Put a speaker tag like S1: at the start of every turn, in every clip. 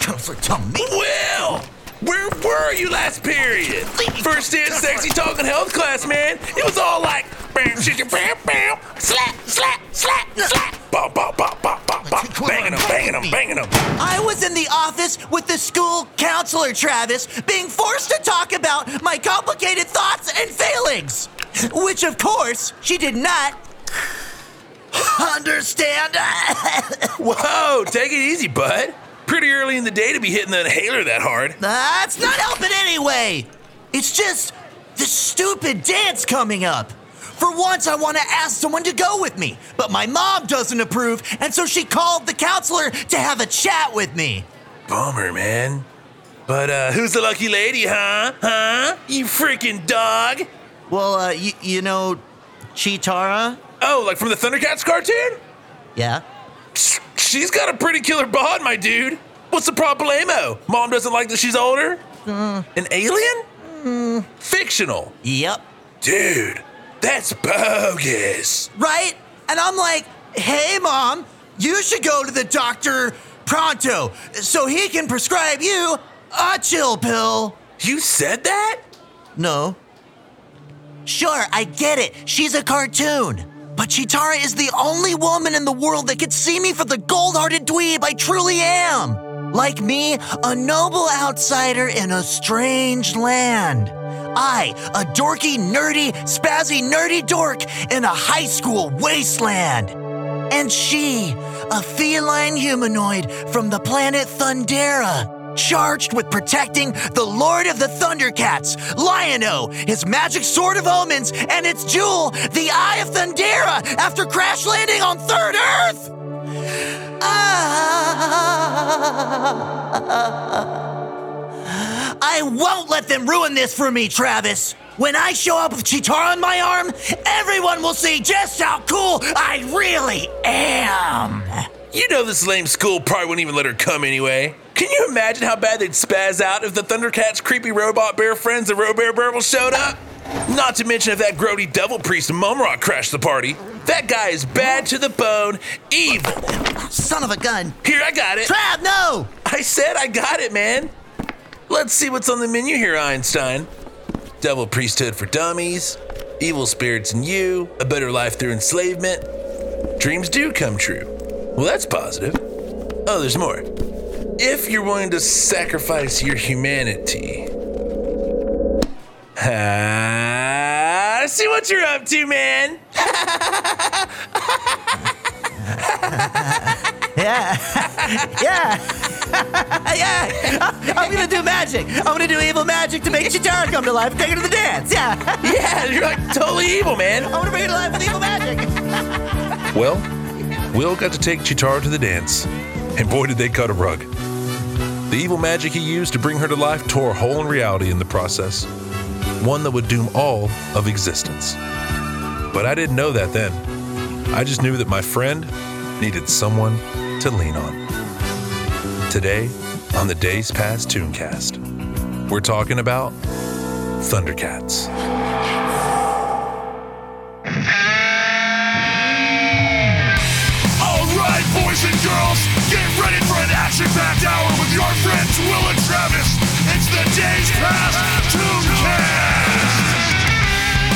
S1: to me.
S2: Well, Oh, where were you last period? First in sexy talking health class, man. It was all like bam, shit, bam, bam, slap, slap, slap, slap, bop, bop, bop, bop, bop, bop, banging them, banging them, banging them.
S1: I was in the office with the school counselor, Travis, being forced to talk about my complicated thoughts and feelings. Which, of course, she did not understand.
S2: Whoa, take it easy, bud. Pretty early in the day to be hitting the inhaler that hard.
S1: That's not helping anyway. It's just the stupid dance coming up. For once, I want to ask someone to go with me, but my mom doesn't approve, and so she called the counselor to have a chat with me.
S2: Bummer, man. But uh, who's the lucky lady, huh? Huh? You freaking dog.
S1: Well, uh, y- you know, Chitara?
S2: Oh, like from the Thundercats cartoon?
S1: Yeah?
S2: She's got a pretty killer bod, my dude. What's the problemo? Mom doesn't like that she's older? An alien? Fictional.
S1: Yep.
S2: Dude, that's bogus.
S1: Right? And I'm like, hey, mom, you should go to the doctor pronto so he can prescribe you a chill pill.
S2: You said that?
S1: No. Sure, I get it. She's a cartoon. But Chitara is the only woman in the world that could see me for the gold hearted dweeb I truly am. Like me, a noble outsider in a strange land. I, a dorky, nerdy, spazzy, nerdy dork in a high school wasteland. And she, a feline humanoid from the planet Thundera, charged with protecting the Lord of the Thundercats, Lion-O, his magic sword of omens, and its jewel, the Eye of Thundera, after crash landing on Third Earth! Ah. I won't let them ruin this for me, Travis! When I show up with Chitara on my arm, everyone will see just how cool I really am!
S2: You know this lame school probably wouldn't even let her come anyway. Can you imagine how bad they'd spaz out if the Thundercats' creepy robot bear friends, the Robear Burble, showed up? Not to mention if that grody devil priest Mumrock crashed the party. That guy is bad to the bone, evil.
S1: Son of a gun.
S2: Here, I got it.
S1: Trav, no!
S2: I said I got it, man. Let's see what's on the menu here, Einstein. Devil priesthood for dummies, evil spirits in you, a better life through enslavement. Dreams do come true. Well, that's positive. Oh, there's more. If you're willing to sacrifice your humanity. Ah, I see what you're up to, man.
S1: Yeah. yeah. yeah. I'm gonna do magic. I'm gonna do evil magic to make Chitara come to life. Take her to the dance. Yeah.
S2: Yeah, you're like totally evil, man.
S1: I wanna bring her to life with evil magic.
S3: Well, Will got to take Chitara to the dance, and boy did they cut a rug. The evil magic he used to bring her to life tore a hole in reality in the process, one that would doom all of existence. But I didn't know that then. I just knew that my friend needed someone to lean on. Today, on the Days Past Tooncast, we're talking about Thundercats.
S4: All right, boys and girls, get ready for an action-packed hour with your friends Will and Travis. It's the Days Past Tooncast.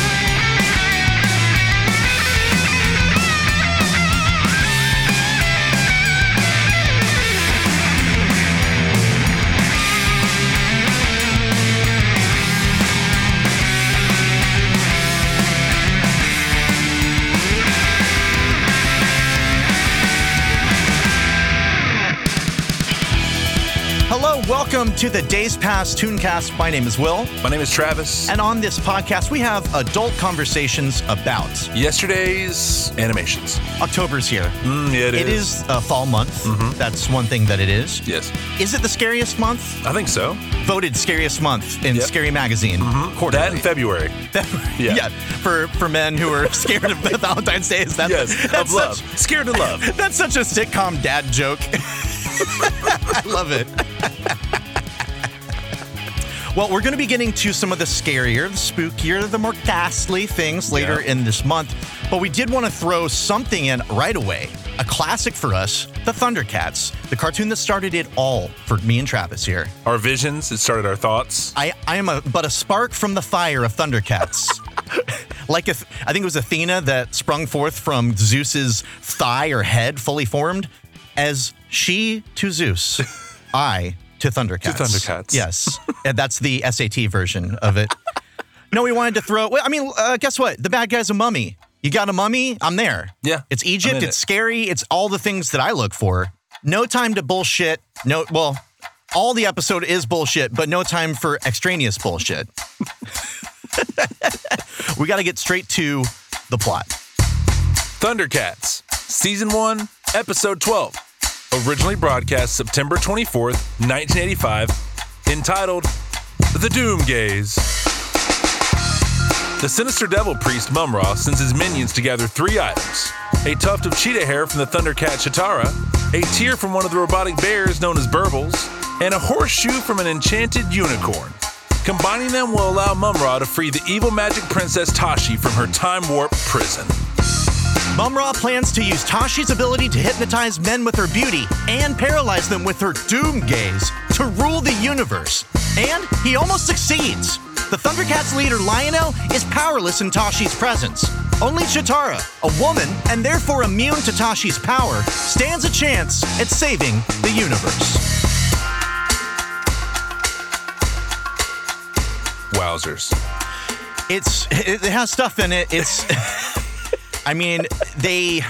S5: Hello, welcome to the Days Past Tooncast. My name is Will,
S3: My name is Travis.
S5: and on this podcast, we have adult conversations about
S3: Yesterday's animations.
S5: October's here.
S3: Mm, yeah,
S5: It is a fall month.
S3: Mm-hmm.
S5: That's one thing that it is.
S3: Yes,
S5: Is it the scariest month?
S3: I think so.
S5: Voted scariest month
S3: Yep.
S5: in
S3: Mm-hmm.
S5: Scary Magazine. Quarterly.
S3: That in February.
S5: yeah.
S3: yeah.
S5: for for men who are scared of Valentine's Day, is that
S3: Yes,
S5: that's
S3: of love.
S5: such
S3: Scared of love.
S5: that's such a sitcom dad joke. I love it. Well, we're going to be getting to some of the scarier, the spookier, the more ghastly things later in this month, but we did want to throw something in right away. A classic for us, The Thundercats, the cartoon that started it all for me and Travis here.
S2: Our visions, it started our thoughts.
S5: I, I am a, but a spark from the fire of Thundercats. like if I think it was Athena that sprung forth from Zeus's thigh or head, fully formed, as she to Zeus, I to Thundercats.
S2: Thundercats.
S5: Yes, and that's the SAT version of it. No, we wanted to throw. Well, I mean, uh, guess what? The bad guy's a mummy. You got a mummy? I'm there.
S2: Yeah,
S5: It's
S2: I'm
S5: Egypt.
S2: in
S5: It's
S2: it.
S5: scary. It's all the things that I look for. No time to bullshit. No, well, all the episode is bullshit, but no time for extraneous bullshit. we got to get straight to the plot.
S2: Thundercats, Season 1, Episode 12. Originally broadcast September 24th, 1985, entitled The Doom Gaze. The sinister devil priest Mumra sends his minions to gather three items a tuft of cheetah hair from the Thundercat Chitara, a tear from one of the robotic bears known as Burbles, and a horseshoe from an enchanted unicorn. Combining them will allow Mumra to free the evil magic princess Tashi from her time warp prison.
S5: Mumra plans to use Tashi's ability to hypnotize men with her beauty and paralyze them with her doom gaze to rule the universe. And he almost succeeds. The Thundercats leader Lionel is powerless in Tashi's presence. Only Chitara, a woman and therefore immune to Tashi's power, stands a chance at saving the universe.
S2: Wowzers.
S5: It's it, it has stuff in it. It's I mean, they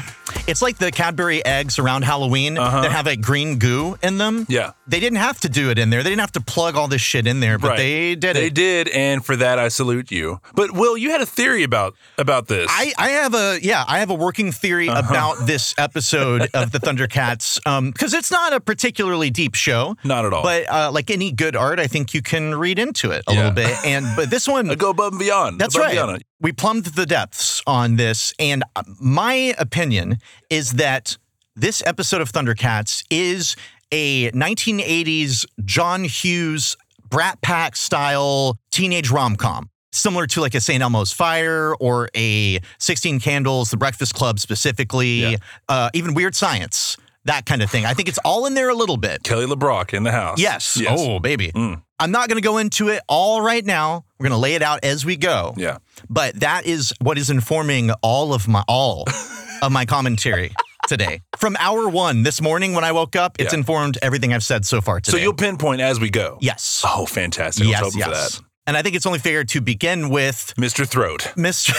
S5: it's like the Cadbury eggs around Halloween that have a green goo in them.
S2: Uh-huh. Yeah.
S5: They didn't have to do it in there. They didn't have to plug all this shit in there, but
S2: Right.
S5: they did
S2: They
S5: it.
S2: did, and for that I salute you. But Will, you had a theory about about this.
S5: I, I have a yeah I have a working theory
S2: Uh-huh.
S5: about this episode of the Thundercats because it's not a particularly deep show
S2: Not at all.
S5: but uh, like any good art I think you can read into it a
S2: Yeah.
S5: little bit and but this one
S2: I go above and beyond.
S5: That's
S2: above and
S5: right.
S2: beyond.
S5: We plumbed the depths on this, and uh, my opinion is that this episode of Thundercats is a 1980s John Hughes Brat Pack style teenage rom com, similar to like a St. Elmo's Fire or a 16 Candles, The Breakfast Club specifically,
S2: Yeah.
S5: uh, even Weird Science, that kind of thing. I think it's all in there a little bit.
S2: Kelly LeBrock in the house.
S5: Yes.
S2: Yes.
S5: Oh, baby.
S2: Mm.
S5: I'm not going to go into it all right now. We're going to lay it out as we go.
S2: Yeah.
S5: But that is what is informing all of my all of my commentary today. From hour 1 this morning when I woke up, it's
S2: Yeah.
S5: informed everything I've said so far today.
S2: So you'll pinpoint as we go.
S5: Yes.
S2: Oh, fantastic. I was
S5: yes,
S2: hoping for
S5: yes.
S2: that.
S5: And I think it's only fair to begin with
S2: Mr. Throat.
S5: Mr.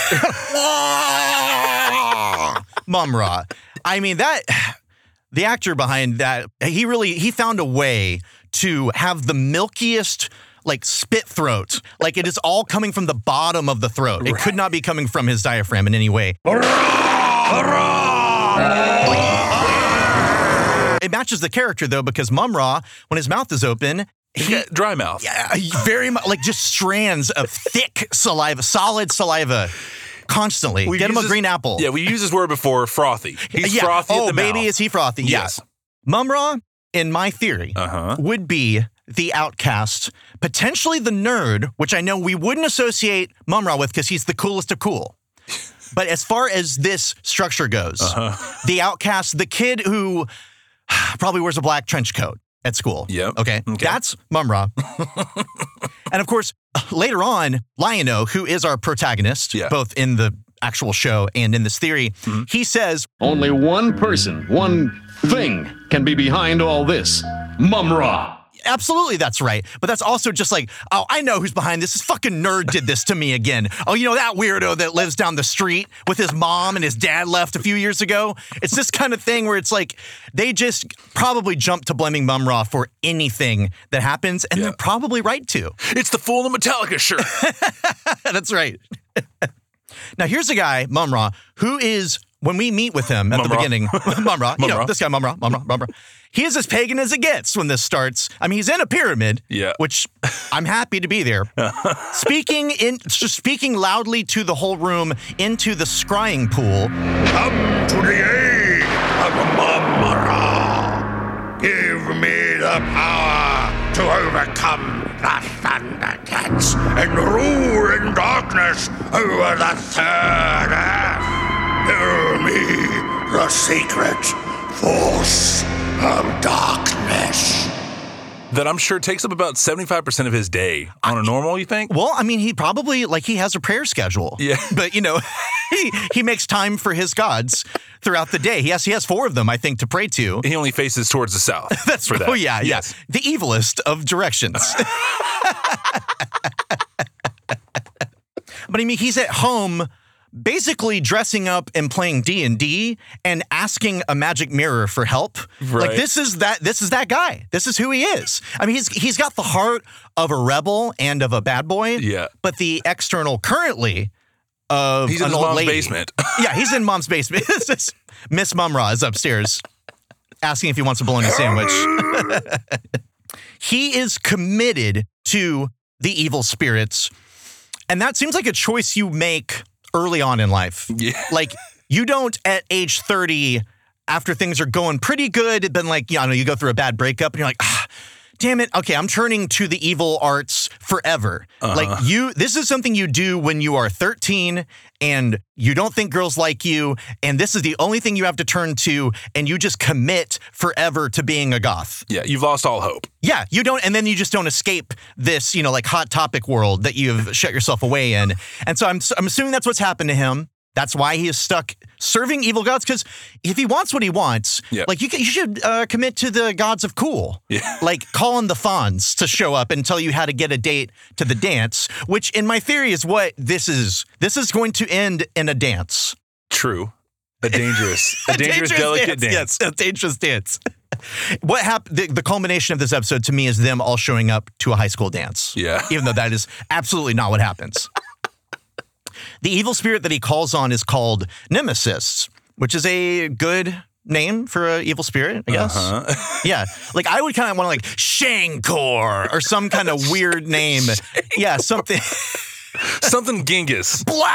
S5: Mumra. I mean that the actor behind that he really he found a way to have the milkiest like spit throat. Like it is all coming from the bottom of the throat. It could not be coming from his diaphragm in any way. It matches the character though because Mumra when his mouth is open
S2: He got dry mouth.
S5: uh, very much like just strands of thick saliva, solid saliva, constantly.
S2: We've
S5: Get him a
S2: used this-
S5: green apple.
S2: Yeah, we used this word before, frothy. He's
S5: Yeah.
S2: frothy
S5: Oh,
S2: at the
S5: baby,
S2: mouth.
S5: is he frothy? Yeah.
S2: Yes.
S5: Mumra, in my theory,
S2: Uh-huh.
S5: would be the outcast, potentially the nerd, which I know we wouldn't associate Mumra with because he's the coolest of cool. But as far as this structure goes,
S2: Uh-huh.
S5: the outcast, the kid who probably wears a black trench coat at school.
S2: Yep.
S5: Okay.
S2: Okay.
S5: That's Mumra. and of course, later on, Liono, who is our protagonist,
S2: Yeah. Mm-hmm.
S5: both in the actual show and in this theory, he says,
S6: Only one person, one thing, can be behind all this. Mumra.
S5: Absolutely, that's right. But that's also just like, oh, I know who's behind this. This fucking nerd did this to me again. Oh, you know that weirdo that lives down the street with his mom and his dad left a few years ago. It's this kind of thing where it's like they just probably jump to blaming Mumra for anything that happens, and they're probably right to.
S2: It's the fool in the Metallica shirt.
S5: that's right. now here's a guy, Mumra, who is when we meet with him at the
S2: Mumra.
S5: beginning, Mumra, you know,
S2: Mumra.
S5: this guy, Mumra, Mumra, Mumra. He is as pagan as it gets when this starts. I mean, he's in a pyramid,
S2: Yeah.
S5: which I'm happy to be there. speaking in, just speaking loudly to the whole room into the scrying pool.
S4: Come to the aid of Momora. Give me the power to overcome the Thunder gods and rule in darkness over the third half. Tell me the secret force of darkness.
S2: That I'm sure takes up about 75% of his day on a normal, you think?
S5: Well, I mean, he probably like he has a prayer schedule.
S2: Yeah.
S5: But you know, he he makes time for his gods throughout the day. He has he has four of them, I think, to pray to.
S2: He only faces towards the south.
S5: That's
S2: for that.
S5: Oh yeah,
S2: Yes.
S5: yeah. The evilest of directions. but I mean, he's at home basically dressing up and playing D&D and asking a magic mirror for help. Like
S2: Right.
S5: this is that this is that guy. This is who he is. I mean, he's he's got the heart of a rebel and of a bad boy.
S2: Yeah.
S5: But the external currently of
S2: He's in
S5: an
S2: his
S5: old
S2: mom's
S5: lady.
S2: basement.
S5: yeah, he's in mom's basement. This is- Miss Mumra is upstairs asking if he wants a bologna sandwich. he is committed to the evil spirits. And that seems like a choice you make early on in life.
S2: Yeah.
S5: Like you don't at age 30 after things are going pretty good, then like, you know, you go through a bad breakup and you're like, ah, damn it. Okay, I'm turning to the evil arts forever. Like you this is something you do when you are 13 and you don't think girls like you and this is the only thing you have to turn to and you just commit forever to being a goth.
S2: yeah, you've lost all hope.
S5: Yeah, you don't, and then you just don't escape this, you know, like hot topic world that you've shut yourself away in. And so I'm, I'm assuming that's what's happened to him. That's why he is stuck serving evil gods. Because if he wants what he wants,
S2: Yeah.
S5: like you, ca- you should uh, commit to the gods of cool.
S2: Yeah.
S5: Like call on the fawns to show up and tell you how to get a date to the dance. Which, in my theory, is what this is. This is going to end in a dance.
S2: True. A dangerous, a dangerous, delicate dance.
S5: Yes, a dangerous dance. What happened? The, the culmination of this episode to me is them all showing up to a high school dance.
S2: Yeah.
S5: even though that is absolutely not what happens. the evil spirit that he calls on is called Nemesis, which is a good name for an evil spirit, I guess.
S2: Uh-huh.
S5: yeah, like I would kind of want to like Shankor or some kind of weird name. Yeah, something.
S2: Something Genghis.
S5: Blah!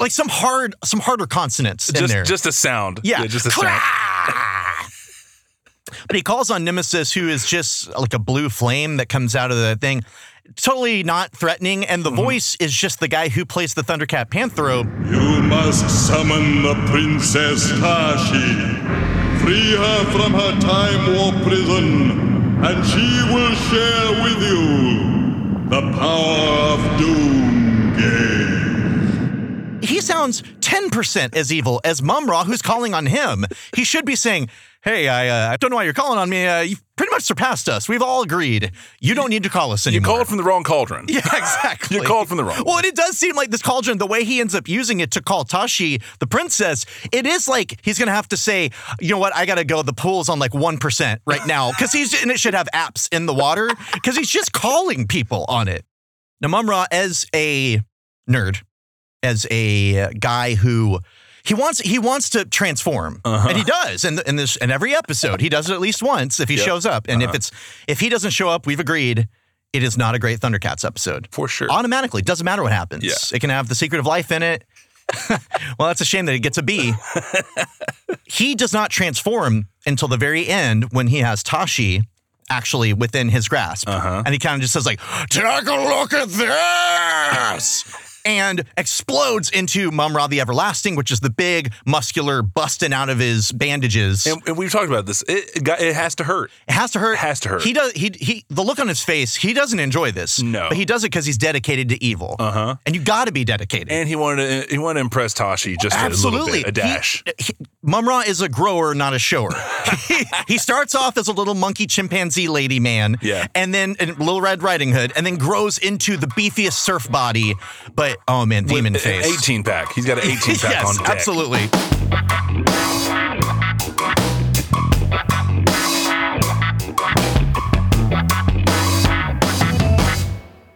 S5: like some hard, some harder consonants in
S2: just,
S5: there.
S2: just a sound.
S5: Yeah.
S2: just a sound.
S5: But he calls on Nemesis, who is just like a blue flame that comes out of the thing. Totally not threatening. And the voice is just the guy who plays the Thundercat Panthro.
S7: You must summon the Princess Tashi. Free her from her time war prison, and she will share with you the power of Doomgay.
S5: He sounds 10% as evil as Mumra, who's calling on him. He should be saying, Hey, I, uh, I don't know why you're calling on me. Uh, you've pretty much surpassed us. We've all agreed. You don't need to call us
S2: You
S5: anymore.
S2: called from the wrong cauldron.
S5: Yeah, exactly.
S2: You called from the wrong.
S5: Well, and it does seem like this cauldron, the way he ends up using it to call Tashi the princess, it is like he's going to have to say, you know what, I got to go. The pool's on like 1% right now. Because he's, and it should have apps in the water because he's just calling people on it. Now, Mumra, as a nerd, as a guy who. He wants he wants to transform,
S2: Uh-huh.
S5: and he does. And in this in every episode, he does it at least once if he shows up. And
S2: Uh-huh.
S5: if it's if he doesn't show up, we've agreed it is not a great Thundercats episode
S2: For sure.
S5: automatically. Doesn't matter what happens.
S2: Yeah.
S5: It can have the secret of life in it. well, that's a shame that it gets a B. he does not transform until the very end when he has Tashi actually within his grasp.
S2: Uh-huh.
S5: And he kind of just says like, take a look at this. And explodes into Mumra the Everlasting, which is the big, muscular, busting out of his bandages.
S2: and, and we've talked about this. It it, got, it has to hurt.
S5: It has to hurt.
S2: Has to hurt.
S5: He does. He he. The look on his face. He doesn't enjoy this.
S2: No. Uh-huh.
S5: But he does it because he's dedicated to evil. Uh huh. And you got to be dedicated.
S2: And he wanted to he wanted to impress Tashi just a little
S5: Absolutely.
S2: bit, a dash.
S5: He, he- Mumra is a grower, not a shower. he, he starts off as a little monkey chimpanzee lady man.
S2: Yeah.
S5: And then and Little Red Riding Hood, and then grows into the beefiest surf body. But oh man, demon
S2: An
S5: face.
S2: 18 pack. He's got an 18 pack
S5: yes,
S2: on deck.
S5: absolutely.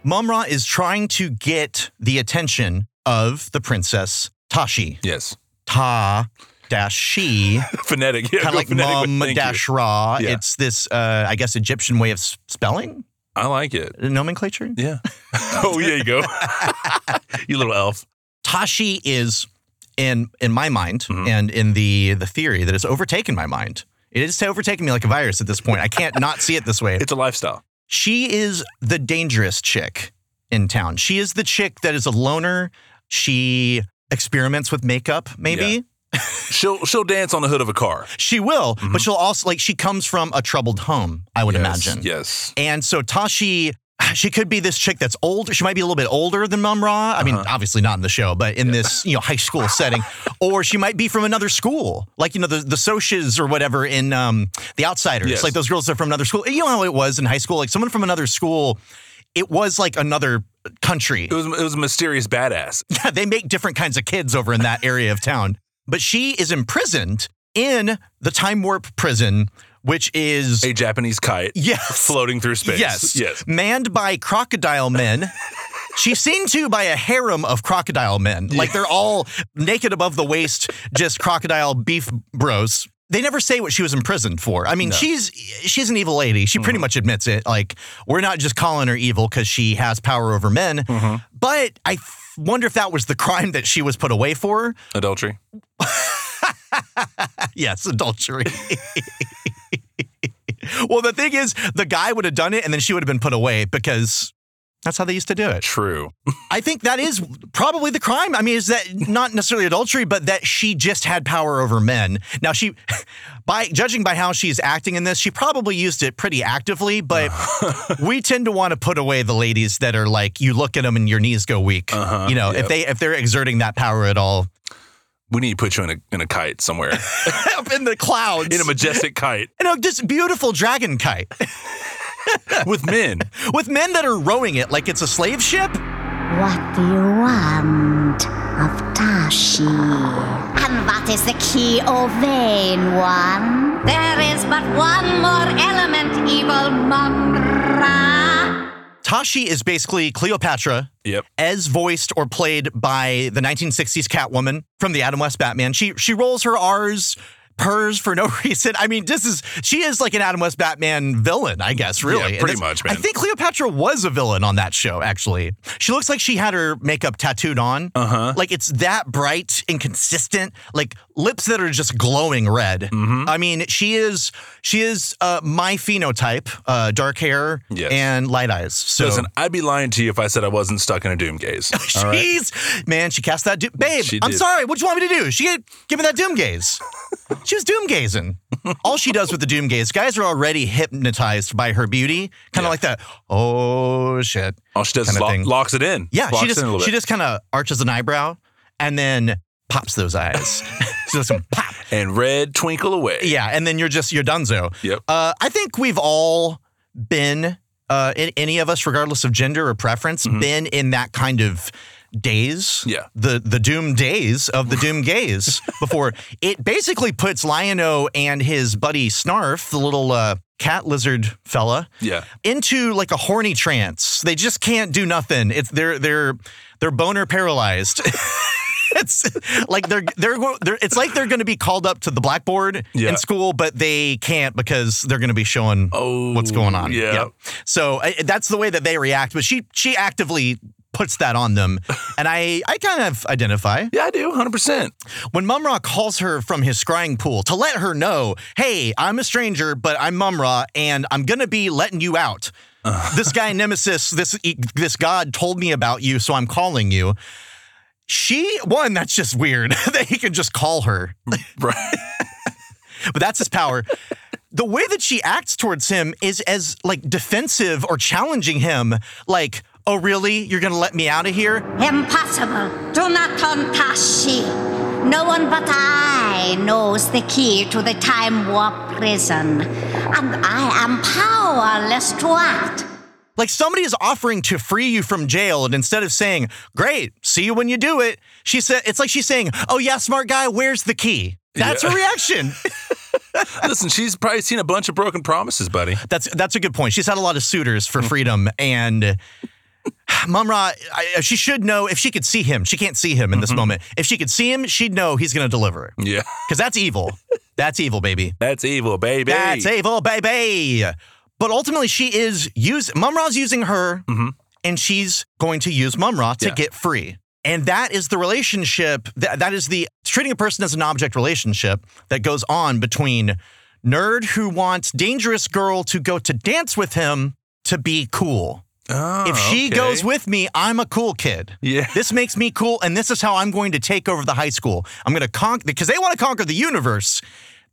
S5: Mumra is trying to get the attention of the princess Tashi.
S2: Yes.
S5: Ta dash she,
S2: Phonetic. Yeah,
S5: kind
S2: go
S5: of like
S2: phonetic with-
S5: mum
S2: thank you.
S5: dash ra.
S2: Yeah.
S5: It's this, uh, I guess, Egyptian way of s- spelling
S2: I like it.
S5: nomenclature.
S2: Yeah. oh, yeah, you go. you little elf.
S5: Tashi is in in my mind
S2: Mm-hmm.
S5: and in the the theory that has overtaken my mind. It is overtaking me like a virus at this point. I can't not see it this way.
S2: It's a lifestyle.
S5: She is the dangerous chick in town. She is the chick that is a loner. She experiments with makeup, maybe.
S2: Yeah. She'll she'll dance on the hood of a car.
S5: She will, but she'll also, like, she comes from a troubled home, I would
S2: Mm-hmm. Yes,
S5: imagine.
S2: Yes.
S5: And so Tashi, she could be this chick that's older. She might be a little bit older than Mum Ra. I mean,
S2: Uh-huh.
S5: obviously not in the show, but in this you know high school setting, or she might be from another school, like you know the the Soshas or whatever in um, the Outsiders.
S2: Yes.
S5: Like those girls are from another school. You know how it was in high school, like someone from another school. It was like another country.
S2: It was it was a mysterious badass.
S5: Yeah, they make different kinds of kids over in that area of town. But she is imprisoned in the time warp prison, which is
S2: A Japanese kite
S5: yes,
S2: floating through space.
S5: Yes.
S2: Yes.
S5: Manned by crocodile men. She's seen to by a harem of crocodile men. Like they're all naked above the waist, just crocodile beef bros. They never say what she was imprisoned for. I mean, she's she's an evil lady. She pretty much admits it. Like we're not just calling her evil because she has power over men. But I f- wonder if that was the crime that she was put away for.
S2: Adultery.
S5: Yes, adultery. well, the thing is, the guy would have done it and then she would have been put away because that's how they used to do it.
S2: True.
S5: I think that is probably the crime. I mean, is that not necessarily adultery, but that she just had power over men. Now, she, by judging by how she's acting in this, she probably used it pretty actively, but we tend to want to put away the ladies that are like, you look at them and your knees go weak.
S2: Uh-huh,
S5: you know, if they, if they're exerting that power at all
S2: We need to put you in a in a kite somewhere.
S5: up in the clouds,
S2: in a majestic kite
S5: you know, just beautiful dragon kite.
S2: with men.
S5: with men that are rowing it like it's a slave ship?
S8: What do you want of Tashi? And what is the key, O vain one? There is but one more element, evil Mumra.
S5: Tashi is basically Cleopatra,
S2: Yep.
S5: as voiced or played by the 1960s Catwoman from the Adam West Batman. She she rolls her R's, purrs for no reason. I mean, this is she is like an Adam West Batman villain, I guess, really. And
S2: pretty
S5: this-
S2: much, man.
S5: I think Cleopatra was a villain on that show, actually. She looks like she had her makeup tattooed on. Uh-huh. Like it's that bright and consistent, like lips that are just glowing red.
S2: Mm-hmm.
S5: I mean, she is she is uh, my phenotype, uh, dark hair
S2: Yes.
S5: and light eyes. So
S2: Listen, I'd be lying to you if I said I wasn't stuck in a doom gaze. All right?
S5: Jeez, man, she cast that. Do- Babe,
S2: She
S5: I'm
S2: did.
S5: sorry. What do you want me to do? She had- give me that doom gaze. she was doom gazing. All she does with the doom gaze, guys are already hypnotized by her beauty, kind of like that. Oh shit.
S2: All she does
S5: Kinda
S2: is lo-
S5: thing.
S2: locks it in.
S5: Yeah,
S2: locks it
S5: she
S2: in a
S5: just
S2: little
S5: she
S2: bit.
S5: just kind of arches an eyebrow and then pops those eyes. she does some pop.
S2: and red twinkle away.
S5: Yeah, and then you're just you're donezo.
S2: Yep.
S5: Uh, I think we've all been, uh, in, any of us, regardless of gender or preference, been in that kind of days.
S2: Mm-hmm. Yeah.
S5: The the doom days of the doom gaze before it basically puts Lion-O and his buddy Snarf, the little uh, cat lizard fella,
S2: Yeah.
S5: into like a horny trance. They just can't do nothing. It's they're they're they're boner paralyzed. it's like they're they're, go- they're it's like they're going to be called up to the blackboard
S2: Yeah.
S5: in school, but they can't because they're going to be showing
S2: Oh,
S5: what's going on.
S2: yeah.
S5: So I, that's the way that they react. But she she actively puts that on them, and I I kind of identify
S2: Yeah, I do. 100%.
S5: when Mumra calls her from his scrying pool to let her know, hey, I'm a stranger, but I'm Mumra, and I'm gonna be letting you out. This guy Nemesis, this e, this god told me about you, so I'm calling you. She one, that's just weird that he can just call her,
S2: Right.
S5: but that's his power. the way that she acts towards him is as like defensive or challenging him, like, oh really, you're gonna let me out of here?
S8: Impossible. Do not taunt Tashi. No one but I knows the key to the time warp prison. And I am powerless to act.
S5: Like somebody is offering to free you from jail, and instead of saying, Great, see you when you do it, she said it's like she's saying, Oh yeah, smart guy, where's the key? That's her reaction.
S2: Listen, she's probably seen a bunch of broken promises, buddy.
S5: that's that's a good point. She's had a lot of suitors for freedom, and Mumra, I, uh, she should know if she could see him. She can't see him in this moment. If she could see him, she'd know he's going to deliver
S2: Yeah.
S5: because that's evil. that's evil, baby.
S2: That's evil, baby.
S5: That's evil, baby. But ultimately, she is use Mumra's using her, and she's going to use Mumra to
S2: Mm-hmm. Yeah.
S5: get free. And that is the relationship. That, that is the treating a person as an object relationship that goes on between nerd who wants dangerous girl to go to dance with him to be cool.
S2: Oh,
S5: if she
S2: okay.
S5: goes with me, I'm a cool kid.
S2: Yeah.
S5: This makes me cool, and this is how I'm going to take over the high school. I'm going to conquer because they want to conquer the universe.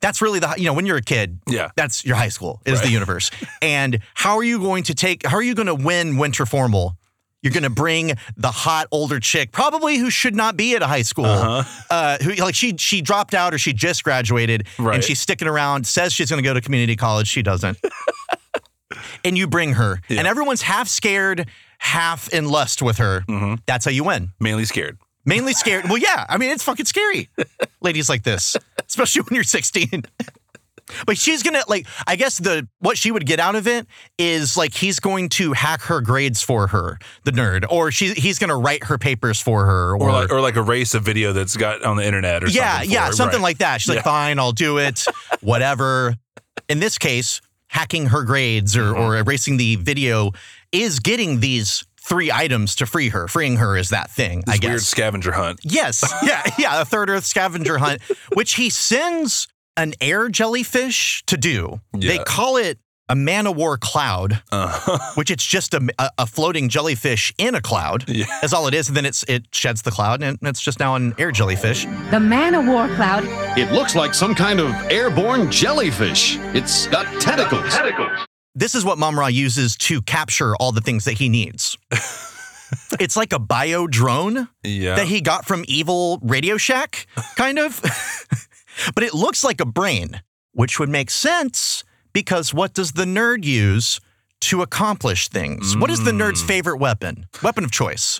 S5: That's really the you know when you're a kid.
S2: Yeah.
S5: That's your high school is the universe. and how are you going to take? How are you going to win winter formal? You're going to bring the hot older chick, probably who should not be at a high school. uh who like she she dropped out or she just graduated,
S2: Right.
S5: and she's sticking around. Says she's going to go to community college. She doesn't and you bring her, and everyone's half scared, half in lust with her. That's how you win.
S2: mainly scared.
S5: Mainly scared. well, yeah. I mean, it's fucking scary. Ladies like this, especially when you're 16. but she's gonna like. I guess the what she would get out of it is like he's going to hack her grades for her, the nerd, or she he's gonna write her papers for her,
S2: Or like, or like a race of video that's got on the internet or
S5: yeah,
S2: something.
S5: yeah,
S2: for it,
S5: something
S2: right.
S5: like that. She's like, fine, I'll do it, whatever. In this case, hacking her grades or,
S2: Mm-hmm.
S5: or erasing the video is getting these three items to free her. Freeing her is that thing, I
S2: This
S5: guess.
S2: weird scavenger hunt.
S5: Yes. Yeah. Yeah. A third Earth scavenger hunt, which he sends an air jellyfish to do. They
S2: Yeah. Uh-huh.
S5: call it a man o' war cloud, which it's just a, a- a floating jellyfish in a cloud.
S2: Yeah.
S5: That's all it is. And then it's it sheds the cloud and it's just now an air jellyfish.
S9: The man of war cloud
S6: It looks like some kind of airborne jellyfish. It's got tentacles.
S5: This is what Mumra uses to capture all the things that he needs. it's like a bio drone
S2: Yeah.
S5: that he got from Evil Radio Shack, kind of. but it looks like a brain, which would make sense because what does the nerd use to accomplish things? What is the
S2: Mm.
S5: nerd's favorite weapon? Weapon of choice.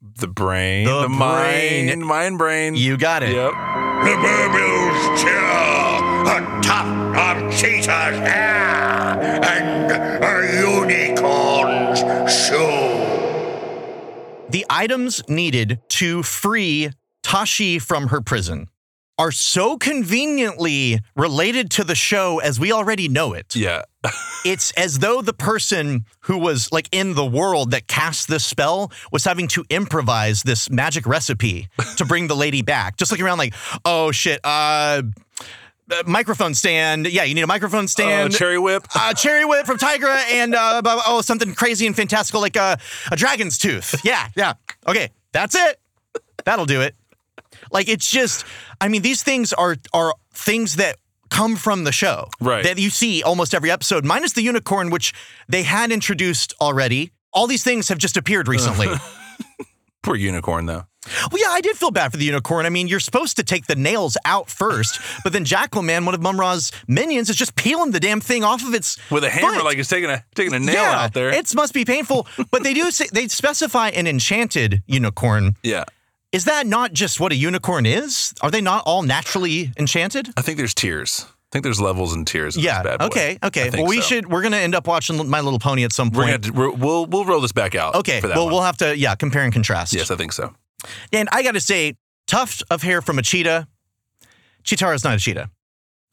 S2: the brain.
S5: The
S2: The,
S5: brain.
S2: mind. Mind brain.
S5: You got it.
S2: Yep.
S4: The Burbills tear atop of cheetah's hair and a unicorn's shoe.
S5: The items needed to free Tashi from her prison are so conveniently related to the show as we already know it.
S2: Yeah. Oh,
S5: It's as though the person who was like in the world that cast this spell was having to improvise this magic recipe to bring the lady back. Just looking around like, oh shit, uh, uh, microphone stand. Yeah, you need a microphone
S2: Oh,
S5: stand.
S2: cherry whip.
S5: Uh, cherry whip from Tigra and uh, bu- oh something crazy and fantastical like uh, a dragon's tooth. Yeah, yeah. Okay, that's it. That'll do it. Like it's just, I mean, these things are are things that come from the show,
S2: Right.
S5: That you see almost every episode, minus the unicorn, which they had introduced already. All these things have just appeared recently. well,
S2: Poor unicorn though.
S5: yeah, I did feel bad for the unicorn. I mean, you're supposed to take the nails out first, but then Jackal Man, one of Mumra's minions, is just peeling the damn thing off of its
S2: With a hammer,
S5: foot.
S2: like it's taking a taking a nail
S5: yeah,
S2: out there.
S5: It must be painful, but they do say, they specify an enchanted unicorn.
S2: yeah.
S5: Is that not just what a unicorn is? Are they not all naturally enchanted?
S2: I think there's tears. I think there's levels and tears. in this
S5: Yeah.
S2: bad boy.
S5: Okay.
S2: I
S5: Okay.
S2: think
S5: Well, we
S2: so.
S5: should. We're gonna end up watching My Little Pony at some
S2: We're gonna
S5: point.
S2: have to, we're, we'll we'll roll this back out.
S5: okay.
S2: For that
S5: Well,
S2: one.
S5: we'll have to. Yeah. Compare and contrast.
S2: Yes, I think so.
S5: And I got to say, tuft of hair from a cheetah. Chitara's not a cheetah.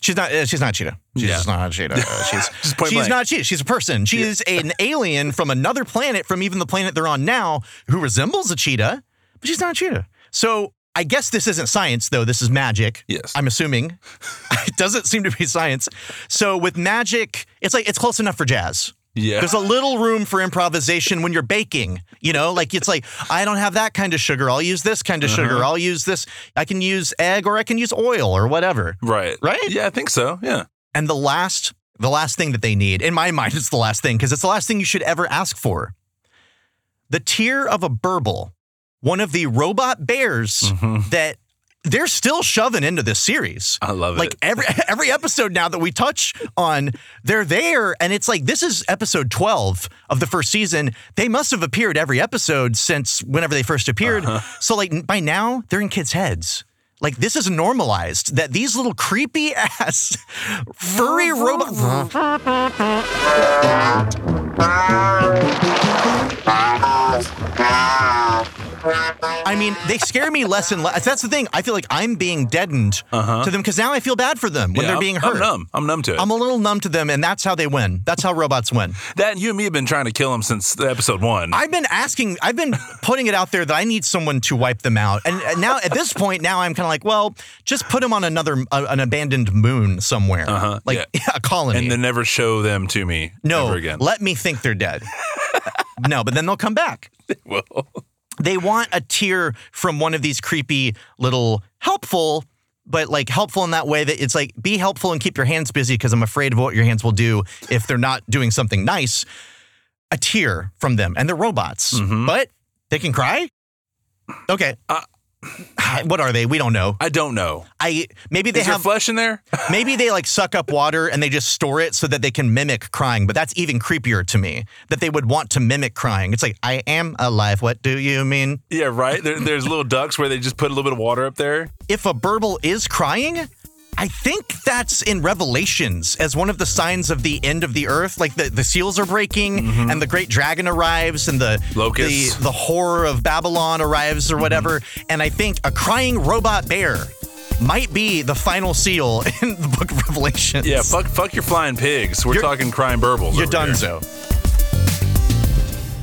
S5: She's not. Uh, she's not a cheetah. She's
S2: Yeah.
S5: just not a cheetah. Uh, she's
S2: Just point
S5: she's
S2: blank.
S5: not a cheetah. She's a person. She is an alien from another planet, from even the planet they're on now, who resembles a cheetah, but she's not a cheetah. So I guess this isn't science, though. This is magic.
S2: Yes.
S5: I'm assuming. it doesn't seem to be science. So with magic, it's like it's close enough for jazz.
S2: Yeah.
S5: There's a little room for improvisation when you're baking. You know, like it's like, I don't have that kind of sugar. I'll use this kind of
S2: Uh-huh.
S5: sugar. I'll use this. I can use egg or I can use oil or whatever.
S2: Right.
S5: Right?
S2: Yeah, I think so. Yeah.
S5: And the last, the last thing that they need, in my mind, it's the last thing because it's the last thing you should ever ask for. The tear of a burble, one of the robot bears that they're still shoving into this series.
S2: Mm-hmm. I love
S5: like
S2: it.
S5: every every episode now that we touch on, they're there, and it's like this is episode twelve of the first season. They must have appeared every episode since whenever they first appeared.
S2: Uh-huh.
S5: So like by now, they're in kids' heads. Like this is normalized that these little creepy ass furry robot. I mean, they scare me less and less. That's the thing. I feel like I'm being deadened to them because now I feel bad for them when
S2: Uh-huh. Yeah,
S5: they're being hurt.
S2: I'm numb. I'm numb to it.
S5: I'm a little numb to them, and that's how they win. That's how robots win.
S2: that and you and me have been trying to kill him since episode one.
S5: I've been asking, I've been putting it out there that I need someone to wipe them out. And and now at this point, now I'm kind of like, well, just put them on another, uh, an abandoned moon somewhere, uh-huh, like a colony.
S2: and then never show them to me
S5: no,
S2: ever again.
S5: let me think they're dead. no, but then they'll come back.
S2: Well,
S5: They want a tear from one of these creepy little helpful, but like helpful in that way that it's like, be helpful and keep your hands busy because I'm afraid of what your hands will do if they're not doing something nice. A tear from them, and they're robots,
S2: Mm-hmm.
S5: but they can cry. Okay.
S2: Uh,
S5: what are they? We don't know.
S2: I don't know.
S5: I maybe they
S2: Is there
S5: have
S2: flesh in there?
S5: Maybe they like suck up water and they just store it so that they can mimic crying, but that's even creepier to me that they would want to mimic crying. It's like, I am alive. What do you mean?
S2: yeah, right. There, there's little ducks where they just put a little bit of water up there.
S5: If a burble is crying, I think that's in Revelations as one of the signs of the end of the earth. Like the, the seals are breaking and the great dragon arrives and the,
S2: Locusts.
S5: the the horror of Babylon arrives or whatever. And I think a crying robot bear might be the final seal in the book of Revelations.
S2: Yeah, fuck, fuck your flying pigs. We're
S5: You're-
S2: talking crying burbles.
S5: You're
S2: over here.
S5: donezo.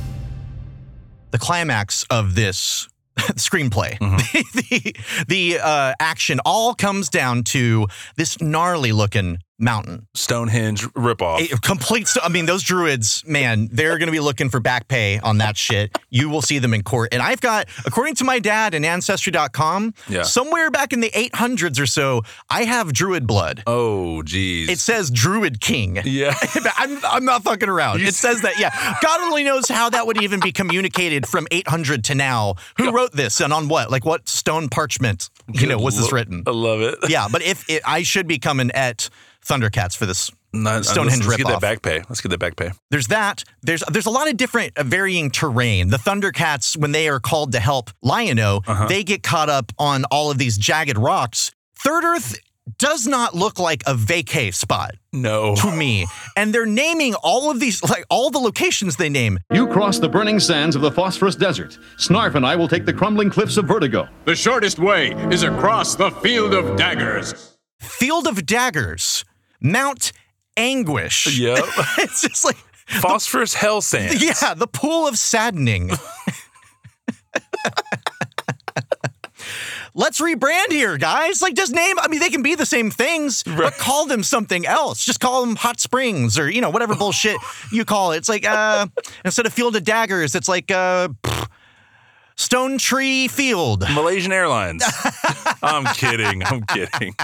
S5: The climax of this screenplay,
S2: Mm-hmm.
S5: the, the, uh, action, all comes down to this gnarly looking mountain.
S2: Stonehenge ripoff.
S5: It completes, I mean, those druids, man, they're going to be looking for back pay on that shit. You will see them in court. And I've got, according to my dad and Ancestry.com,
S2: Yeah.
S5: somewhere back in the 800s or so, I have druid blood.
S2: oh, jeez.
S5: It says druid king.
S2: yeah.
S5: I'm, I'm not fucking around. It says that, yeah. God only knows how that would even be communicated from 800 to now. Who wrote this and on what? Like what stone parchment, you know, was this
S2: Lo-
S5: written?
S2: I love it.
S5: Yeah, but if it, I should be coming at Thundercats for this.
S2: Not,
S5: Stonehenge
S2: let's, let's get
S5: ripoff.
S2: that back pay. Let's get that back pay.
S5: There's that. There's there's a lot of different uh, varying terrain. The Thundercats, when they are called to help Lion-O, they get caught up on all of these jagged rocks. Third Earth does not look like a vacay spot
S2: No.
S5: to me. And they're naming all of these, like all the locations they name.
S6: You cross the burning sands of the phosphorus desert. Snarf and I will take the crumbling cliffs of Vertigo.
S9: The shortest way is across the field of daggers.
S5: Field of Daggers, Mount Anguish.
S2: Yep.
S5: it's just like,
S2: Phosphorus hell sand.
S5: yeah, the pool of saddening. Let's rebrand here, guys. Like, just name, I mean, they can be the same things, but call them something else. Just call them Hot Springs or, you know, whatever bullshit you call it. It's like, uh, instead of Field of Daggers, it's like, uh, pff, Stone Tree Field.
S2: Malaysian Airlines. I'm kidding. I'm kidding.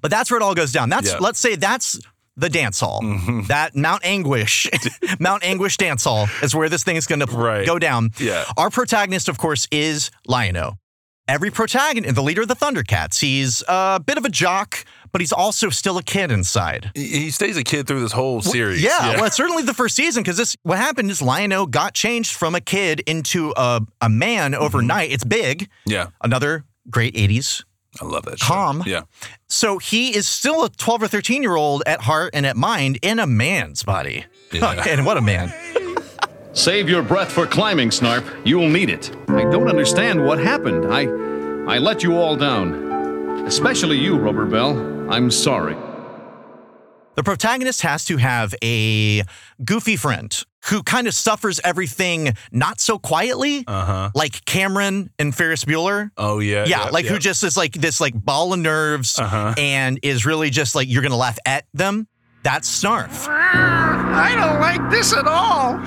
S5: But that's where it all goes down. That's
S2: Yeah. Mm-hmm.
S5: let's say that's the dance hall. That Mount Anguish, Mount Anguish dance hall is where this thing is going to
S2: Right.
S5: go down.
S2: Yeah.
S5: Our protagonist, of course, is Lion-O. Every protagonist, the leader of the Thundercats, he's a bit of a jock, but he's also still a kid inside.
S2: He, he stays a kid through this whole series.
S5: Yeah, well, certainly the first season because this what happened is Lion-O got changed from a kid into a, a man
S2: Mm-hmm.
S5: overnight. It's big.
S2: Yeah.
S5: Another great 80s
S2: I love that.
S5: Calm.
S2: Show. Yeah.
S5: So he is still a 12 or 13 year old at heart and at mind in a man's body. and what a man.
S6: Save your breath for climbing, Snarf. You'll need it. I don't understand what happened. I I let you all down. Especially you, Rubber Bell. I'm sorry.
S5: The protagonist has to have a goofy friend who kind of suffers everything not so quietly, like Cameron and Ferris Bueller.
S2: Uh-huh. Oh yeah.
S5: yeah, like
S2: yeah. Uh-huh.
S5: who just is like this like ball of nerves and is really just like you're gonna laugh at them. That's Snarf.
S10: I don't like this at all.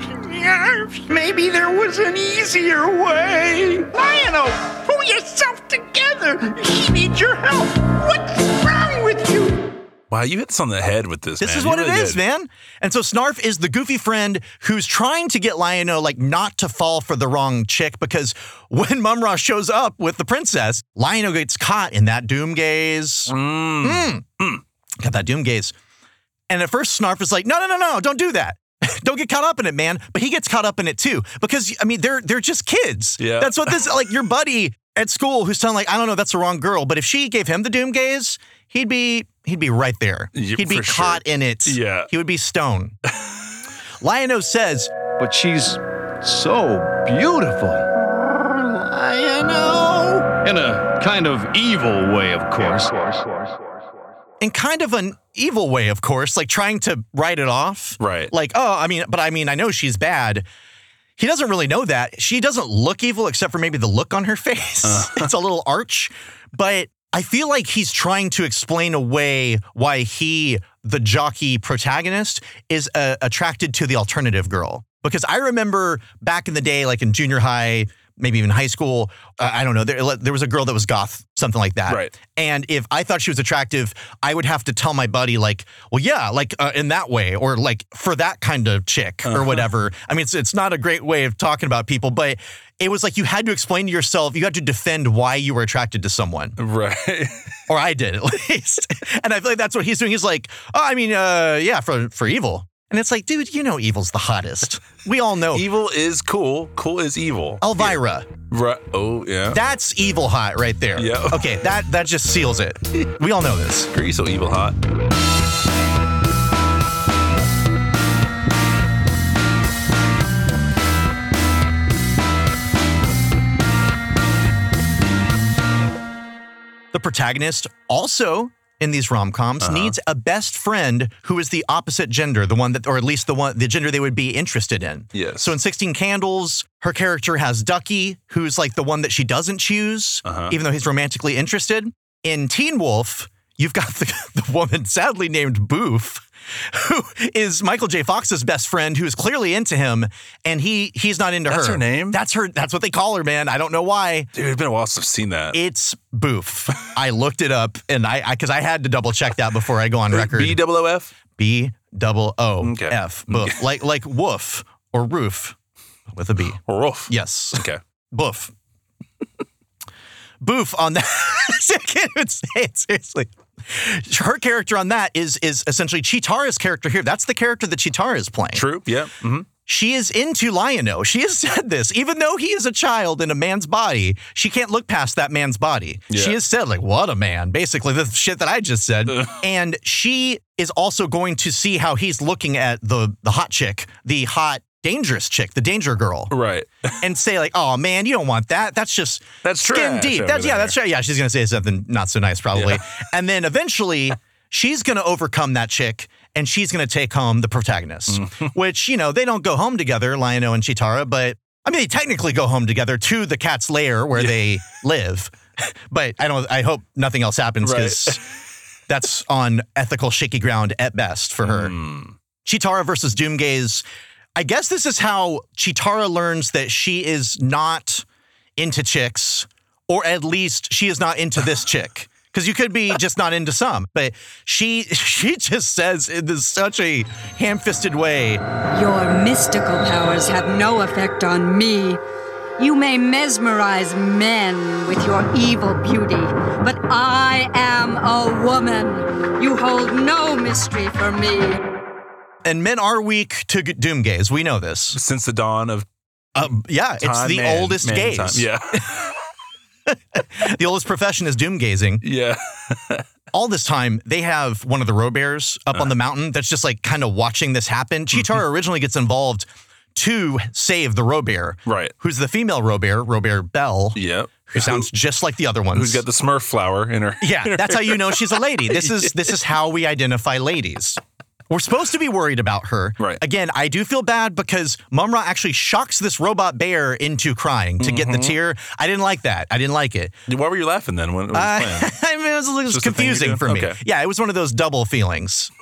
S10: Maybe there was an easier way. Lionel, pull yourself together. He needs your help. What's wrong with you?
S2: Wow, you hit this on the head with this.
S5: This
S2: man.
S5: is
S2: You
S5: what
S2: really
S5: it is,
S2: did.
S5: man. And so Snarf is the goofy friend who's trying to get Lion-O like not to fall for the wrong chick because when Mumra shows up with the princess, Lion-O gets caught in that doom gaze. Mm.
S2: Hmm.
S5: Got that doom gaze. And at first Snarf is like, no, no, no, no, don't do that. Don't get caught up in it, man. But he gets caught up in it too because I mean they're they're just kids.
S2: Yeah.
S5: That's what this like your buddy at school who's telling like I don't know that's the wrong girl, but if she gave him the doom gaze, he'd be he'd be right there.
S2: Yeah,
S5: he'd be
S2: for sure.
S5: caught in it.
S2: Yeah.
S5: He would be stone. Lion-O says,
S6: But she's So beautiful.
S10: Lionel.
S6: In a kind of evil way, of course.
S5: in kind of an evil way, of course, like trying to write it off.
S2: Right.
S5: Like, oh, I mean, but I mean, I know she's bad. He doesn't really know that. She doesn't look evil except for maybe the look on her face.
S2: Uh.
S5: it's a little arch, but I feel like he's trying to explain away why he, the jockey protagonist, is uh, attracted to the alternative girl. Because I remember back in the day, like in junior high, maybe even high school, uh, I don't know, there, there was a girl that was goth, something like that.
S2: Right.
S5: And if I thought she was attractive, I would have to tell my buddy, like, well, yeah, like uh, in that way, or like for that kind of chick or whatever. I mean, it's, it's not a great way of talking about people, but it was like you had to explain to yourself, you had to defend why you were attracted to someone,
S2: Right.
S5: or I did at least. and I feel like that's what he's doing. He's like, oh, I mean, uh, yeah, for, for evil. And it's like, dude, you know, evil's the hottest. We all know.
S2: evil is cool. Cool is evil.
S5: Elvira.
S2: Right. Oh, yeah.
S5: That's evil hot right there.
S2: Yeah.
S5: Okay, that that just seals it. We all know this.
S2: Grease so evil hot.
S5: The protagonist also in these rom-coms
S2: Uh-huh.
S5: needs a best friend who is the opposite gender, the one that or at least the one the gender they would be interested in.
S2: Yes.
S5: So in 16 Candles, her character has Ducky, who's like the one that she doesn't choose,
S2: Uh-huh.
S5: even though he's romantically interested. In Teen Wolf, you've got the, the woman sadly named Boof. Who is Michael J. Fox's best friend? Who is clearly into him, and he he's not into
S2: That's
S5: her.
S2: her name?
S5: That's her. That's what they call her, man. I don't know why.
S2: Dude, it's been a while since I've seen that.
S5: It's Boof. I looked it up and I, because I, had to double check that before I go on record.
S2: B double O F.
S5: B double O
S2: Okay. Oh.
S5: F. Boof. Like, like woof or roof with a B.
S2: Rolf.
S5: Yes.
S2: Okay.
S5: Boof. Boof on that. I can't even say it seriously. Her character on that is is essentially Chitara's character here. That's the character that Chitara is playing.
S2: True. Yeah. hmm
S5: She is into Lionel. She has said this. Even though he is a child in a man's body, she can't look past that man's body. She
S2: Yeah.
S5: has said, like, what a man, basically, the shit that I just said. and she is also going to see how he's looking at the, the hot chick, the hot, dangerous chick, the danger girl,
S2: Right.
S5: and say, like, oh man, you don't want that. That's just
S2: That's
S5: skin
S2: trash
S5: deep.
S2: over
S5: That's yeah,
S2: there."
S5: that's right. Yeah, she's gonna say something not so nice, probably. And then eventually she's gonna overcome that chick and she's gonna take home the protagonist.
S2: Mm.
S5: which, you know, they don't go home together, Lionel and Chitara, but I mean they technically go home together to the cat's lair where they live. But I don't I hope nothing else happens because that's on ethical shaky ground at best for her.
S2: Mm.
S5: Chitara versus Doomgaze. I guess this is how Chitara learns that she is not into chicks, or at least she is not into this chick. Because you could be just not into some, but she she just says in this such a ham-fisted way.
S11: Your mystical powers have no effect on me. You may mesmerize men with your evil beauty, but I am a woman. You hold no mystery for me.
S5: And men are weak to g- doom gaze. We know this.
S2: Since the dawn of
S5: Um, yeah, it's
S2: time,
S5: the
S2: man-
S5: oldest
S2: man
S5: gaze.
S2: time. Yeah.
S5: The oldest profession is doom gazing.
S2: Yeah.
S5: all this time they have one of the roe bears up
S2: Uh-huh.
S5: on the mountain that's just like kind of watching this happen.
S2: Mm-hmm.
S5: Chitara originally gets involved to save the roe bear,
S2: Right.
S5: Who's the female roe bear, roe bear Bell,
S2: Yep.
S5: who sounds just like the other ones.
S2: Who's got the Smurf flower in her?
S5: yeah, that's how you know she's a lady. This is this is how we identify ladies. We're supposed to be worried about her.
S2: Right.
S5: Again, I do feel bad because Mumra actually shocks this robot bear into crying to
S2: Mm-hmm.
S5: get the tear. I didn't like that. I didn't like it.
S2: Why were you laughing then? When, when it was
S5: Uh,
S2: playing?
S5: I mean, it was, it was
S2: Just a thing you
S5: confusing
S2: do?
S5: for me.
S2: Okay.
S5: Yeah, it was one of those double feelings,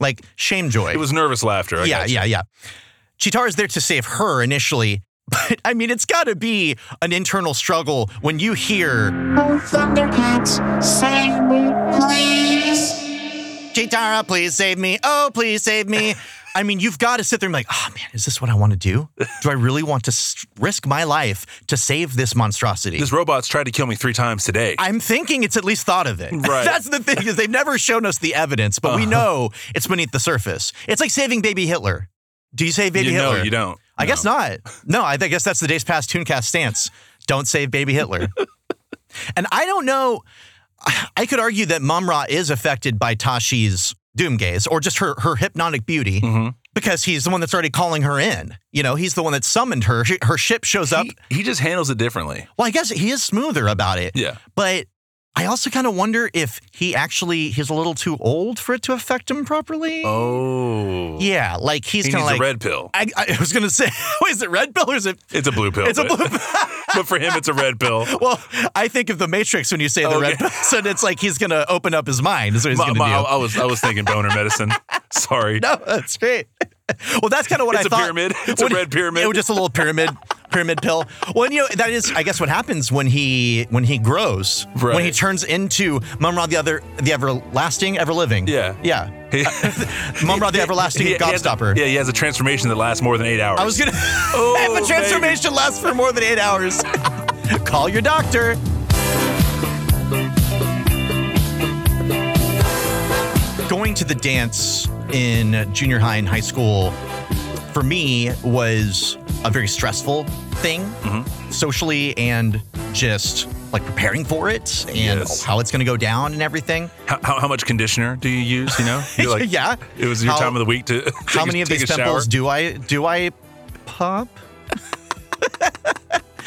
S5: like shame joy.
S2: It was nervous laughter. I
S5: yeah,
S2: gotcha.
S5: yeah, yeah. Chitara's there to save her initially, but I mean, it's got to be an internal struggle when you hear
S4: Oh, Thundercats, save me, please.
S5: Chitara, please save me. Oh, please save me. I mean, you've got to sit there and be like, oh man, is this what I want to do? Do I really want to s- risk my life to save this monstrosity?
S2: This robot's tried to kill me three times today.
S5: I'm thinking it's at least thought of it.
S2: Right. Uh-huh.
S5: That's the thing is they've never shown us the evidence, but we know it's beneath the surface. It's like saving baby Hitler. Do you save baby
S2: you
S5: Hitler?
S2: know you don't.
S5: I
S2: No.
S5: guess not. No, I, I guess that's the Days Past Tooncast stance. Don't save baby Hitler. and I don't know. I could
S2: Mm-hmm.
S5: argue that Mumra is affected by Tashi's doom gaze or just her her hypnotic beauty. because he's the one that's already calling her in. You know, he's the one that summoned her. She- Her ship shows up.
S2: He just handles it differently.
S5: Well, I guess he is smoother about it.
S2: Yeah.
S5: But I also kind of wonder if he actually he's a little too old for it to affect him properly.
S2: Oh.
S5: Yeah, like he's
S2: He
S5: kind of
S2: needs a
S5: like
S2: red pill.
S5: I, I was gonna say, is it red pill or is it?
S2: It's a blue pill.
S5: It's a
S2: but-
S5: blue.
S2: but for him, it's a red pill.
S5: Well, I think of the Matrix when you say the
S2: Okay.
S5: red pill, so it's like he's gonna open up his mind. Is what he's
S2: Oh, My-
S5: gonna
S2: my-
S5: do.
S2: I was I was thinking boner medicine. Sorry.
S5: No, that's great. Well, that's kind of what
S2: It's
S5: I
S2: a
S5: thought.
S2: pyramid. It's a red pyramid.
S5: It was just a little pyramid, pyramid pill. Well, and, you know that is, I guess, what happens when he when he grows,
S2: Right.
S5: when he turns into Mumra the other, the everlasting, ever living.
S2: Yeah.
S5: yeah.
S2: He-
S5: Mumra the everlasting
S2: he- he has-
S5: gobstopper.
S2: yeah, he has a transformation that lasts more than eight hours.
S5: I was gonna.
S2: Oh,
S5: if a transformation lasts for more than eight hours, call your doctor. Going to the dance in junior high and high school for me was a very stressful thing
S2: Mm-hmm.
S5: socially and just like preparing for it and
S2: Yes.
S5: how it's going to go down and everything.
S2: How, how, how much conditioner do you use? You know, You're like,
S5: Yeah.
S2: It was your
S5: How-
S2: time of the week to.
S5: How
S2: take a-
S5: many of
S2: take
S5: these
S2: a shower.
S5: pimples do I do I pop?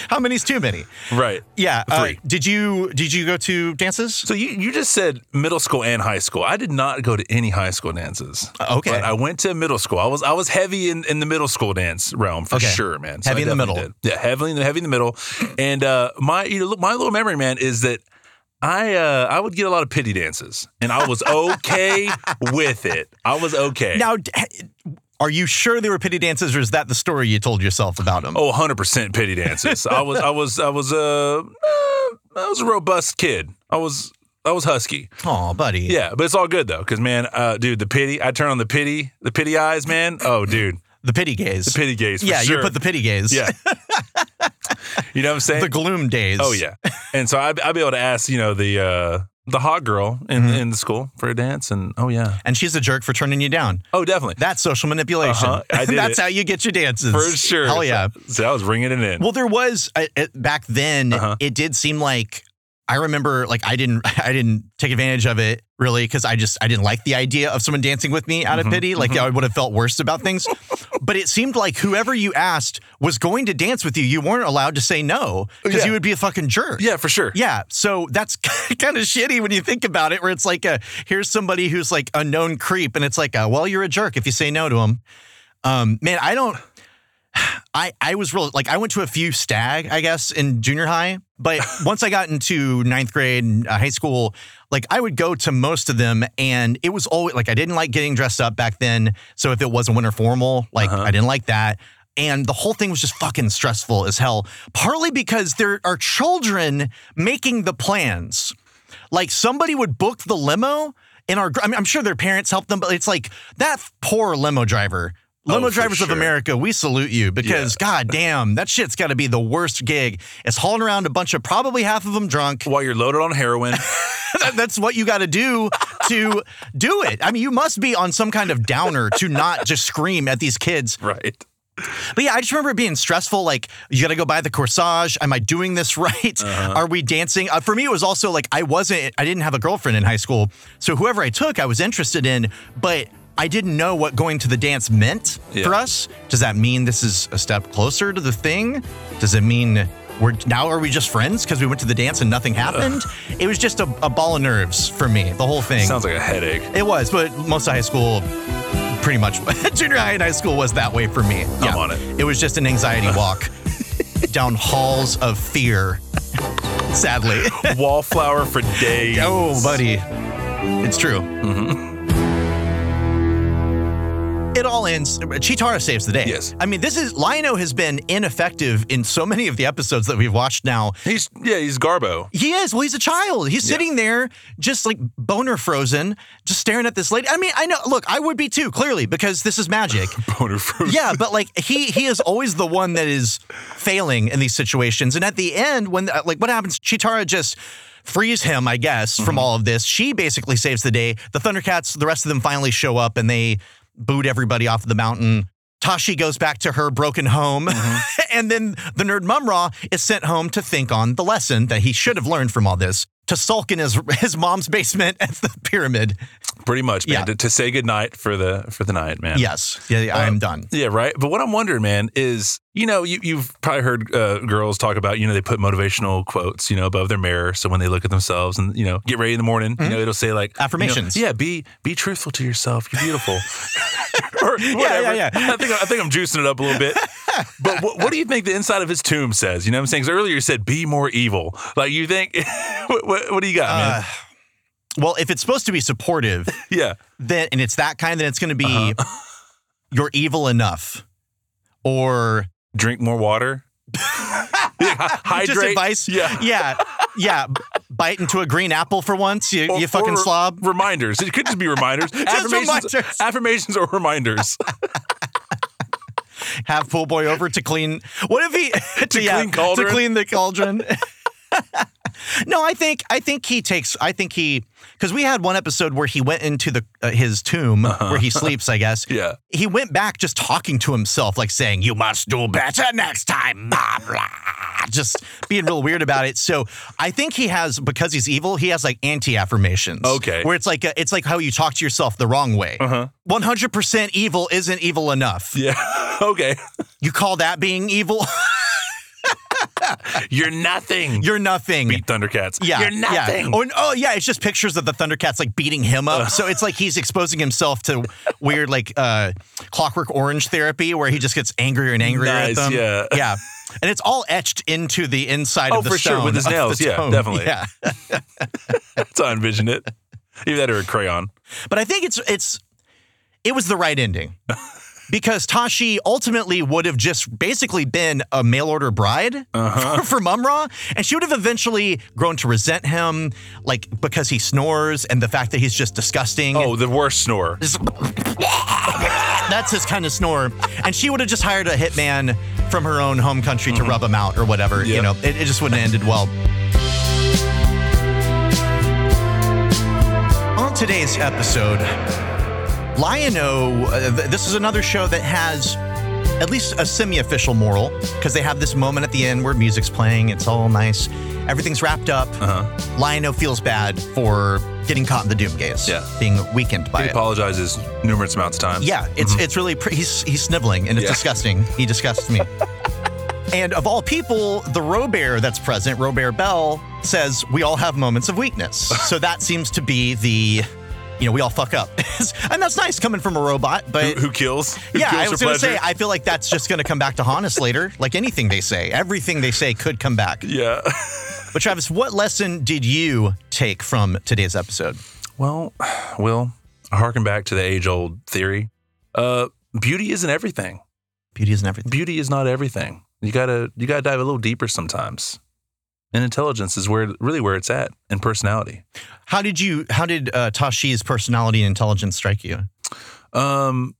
S5: How many's too many?
S2: Right.
S5: Yeah. uh,
S2: Three.
S5: did you did you go to dances?
S2: So you, you just said middle school and high school. I did not go to any high school dances.
S5: Uh, Okay.
S2: But I went to middle school. I was I was heavy in, in the middle school dance realm for
S5: Okay.
S2: sure, man. So I
S5: Heavy in the
S2: definitely
S5: middle.
S2: did. Yeah, heavily in the heavy in the middle. And uh, my you know, look, my little memory, man, is that I uh, I would get a lot of pity dances, and I was okay with it. I was okay.
S5: Now, d- are you sure they were pity dances, or is that the story you told yourself about them?
S2: Oh, 100% pity dances. I was I was I was uh, uh, I was a robust kid. I was I was husky.
S5: Aw, buddy.
S2: Yeah, but it's all good though, because man, uh, dude, the pity. I turn on the pity, the pity eyes, man. Oh, dude,
S5: The pity gaze.
S2: pity gaze. For
S5: yeah,
S2: sure.
S5: you put the pity gaze.
S2: Yeah. you know what I'm saying?
S5: the gloom days.
S2: oh yeah. And so I'd, I'd be able to ask, you know, the uh, the hot girl in
S5: Mm-hmm.
S2: in the school for a dance, and oh yeah,
S5: And she's a jerk for turning you down.
S2: oh definitely
S5: That's social manipulation.
S2: Uh-huh, I did
S5: That's
S2: it.
S5: how you get your dances.
S2: for sure.
S5: Hell yeah.
S2: So, so I was ringing it in.
S5: Well, there was uh, uh, back then.
S2: Uh-huh.
S5: It did seem like I remember, like I didn't, I didn't take advantage of it really because I just I didn't like the idea of someone dancing with me
S2: Mm-hmm,
S5: out of pity. Like I would have felt worse about things. but it seemed like whoever you asked was going to dance with you. You weren't allowed to say no because
S2: Yeah.
S5: you would be a fucking jerk.
S2: yeah, for sure.
S5: Yeah, so that's kind of shitty when you think about it, where it's like, a, here's somebody who's like a known creep, and it's like, uh well, you're a jerk if you say no to him. Um, man, I don't. I I was real like I went to a few stag, I guess, in junior high, but once I got into ninth grade and uh, high school, like I would go to most of them, and it was always like I didn't like getting dressed up back then. So if it wasn't winter formal, like
S2: Uh-huh.
S5: I didn't like that. And the whole thing was just fucking stressful as hell, partly because there are children making the plans. Like somebody would book the limo in our, gr- I mean, I'm sure their parents helped them, but it's like that poor limo driver. Limo
S2: Oh, for
S5: drivers of
S2: sure.
S5: America, we salute you because god damn, that shit's got to be the worst gig. It's hauling around a bunch of probably half of them drunk.
S2: While you're loaded on heroin,
S5: That- That's what you got to do to do it. I mean, you must be on some kind of downer to not just scream at these kids.
S2: right?
S5: But yeah, I just remember it being stressful. Like, you got to go buy the corsage. Am I doing this right? Are we dancing? Uh, for me, it was also like I wasn't, I didn't have a girlfriend in high school. So whoever I took, I was interested in, but I didn't know what going to the dance meant
S2: Yeah.
S5: for us. Does that mean this is a step closer to the thing? Does it mean we're now are we just friends because we went to the dance and nothing happened? It was just a, a ball of nerves for me, the whole thing.
S2: Sounds like a headache.
S5: it was, but most of high school, pretty much junior high and high school was that way for me.
S2: I'm on it.
S5: It was just an anxiety walk down halls of fear. Sadly.
S2: Wallflower for days.
S5: oh, buddy. It's true.
S2: Mm-hmm.
S5: It all ends. Chitara saves the day.
S2: Yes.
S5: I mean, this is Lino has been ineffective in so many of the episodes that we've watched now.
S2: He's yeah, he's Garbo.
S5: He is. Well, he's a child. He's sitting there just like boner frozen, just staring at this lady. I mean, I know. Look, I would be too, clearly, because this is magic.
S2: Boner fruit.
S5: yeah, but like he he is always the one that is failing in these situations. And at the end, when uh, like what happens, Chitara just frees him, I guess, from all of this. She basically saves the day. The Thundercats, the rest of them finally show up and they boot everybody off the mountain. Tashi goes back to her broken home, and then the nerd Mumra is sent home to think on the lesson that he should have learned from all this. to sulk in his his mom's basement at the pyramid.
S2: Pretty much, man.
S5: Yeah.
S2: To, to say goodnight for the for the night, man.
S5: Yes. Yeah, yeah, I am done.
S2: Yeah, right. But what I'm wondering, man, is you know you you've probably heard uh, girls talk about you know they put motivational quotes you know above their mirror so when they look at themselves and you know get ready in the morning you know it'll say like you know,
S5: Hmm? Affirmations.
S2: yeah, be be truthful to yourself. You're beautiful. or whatever.
S5: yeah, yeah.
S2: I think I think I'm juicing it up a little bit. But what, what do you think the inside of his tomb says? You know what I'm saying? 'Cause earlier you said be more evil. Like you think what, what what do you got, man?
S5: Uh. Well, if it's supposed to be supportive,
S2: Yeah.
S5: then and it's that kind, then it's going to be
S2: Uh-huh.
S5: you're evil enough, or
S2: Drink more water. Yeah, hy- hydrate.
S5: just advice.
S2: Yeah.
S5: yeah, yeah. Bite into a green apple for once. You,
S2: Or-
S5: you fucking
S2: or
S5: slob.
S2: Reminders. It could just be reminders. affirmations,
S5: reminders.
S2: affirmations or reminders
S5: Have pool boy over to clean. What if he
S2: To clean cauldron?
S5: to clean the cauldron? no, I think I think he takes. I think he because we had one episode where he went into the uh, his tomb where he sleeps. I guess.
S2: Uh-huh. Yeah.
S5: He went back just talking to himself, like saying, "You must do better next time." Blah, blah. Just being real weird about it. So I think he has because he's evil. He has like anti affirmations.
S2: Okay. Uh-huh.
S5: Where it's like a, it's like how you talk to yourself the wrong way. One hundred percent evil isn't evil enough.
S2: yeah okay
S5: You call that being evil?
S2: you're nothing
S5: You're nothing.
S2: beat thundercats
S5: yeah,
S2: you're nothing
S5: Yeah. Or- oh, yeah, it's just pictures of the Thundercats like beating him up. So it's like he's exposing himself to weird like uh, Clockwork Orange therapy, where he just gets angrier and angrier
S2: Nice,
S5: at them.
S2: yeah.
S5: yeah, and it's all etched into the inside
S2: Oh,
S5: of the
S2: for sure,
S5: stone
S2: with his
S5: of the
S2: nails. Yeah,
S5: dome.
S2: definitely.
S5: Yeah,
S2: that's how i envisioned it either that or a crayon
S5: but I think it's it's it was the right ending because Tashi ultimately would have just basically been a mail order bride for, for Mumra, and she would have eventually grown to resent him, like because he snores and the fact that he's just disgusting.
S2: oh the worst snorer
S5: That's his kind of snore, and she would have just hired a hitman from her own home country to rub him out or whatever. You
S2: Mm-hmm. Yep.
S5: know, it, it just wouldn't have ended well. On today's episode, Lion-O, uh, th- this is another show that has at least a semi-official moral because they have this moment at the end where music's playing, it's all nice, everything's wrapped up. Uh-huh. Lion-O feels bad for getting caught in the doom gaze,
S2: Yeah.
S5: being weakened by
S2: he
S5: it.
S2: apologizes numerous amounts of times
S5: Yeah, it's it's really pre- he's he's sniveling and it's
S2: Mm-hmm. Yeah.
S5: disgusting. He disgusts me. and of all people, the Robert that's present, Robert Bell, says we all have moments of weakness. so that seems to be the you know we all fuck up, and that's nice coming from a robot.
S2: who,
S5: But
S2: who kills who
S5: yeah,
S2: kills
S5: I
S2: for
S5: was gonna
S2: pleasure?
S5: say I feel like that's just gonna come back to haunt us later. Like anything they say, everything they say could come back.
S2: yeah
S5: But Travis, what lesson did you take from today's episode?
S2: Well, Will, I harken back to the age old theory. Uh, beauty isn't everything.
S5: Beauty isn't everything.
S2: Beauty is not everything. You gotta you gotta dive a little deeper sometimes. And intelligence is where really where it's at, and personality.
S5: How did you? How did uh, Tashi's personality and intelligence strike you?
S2: Um,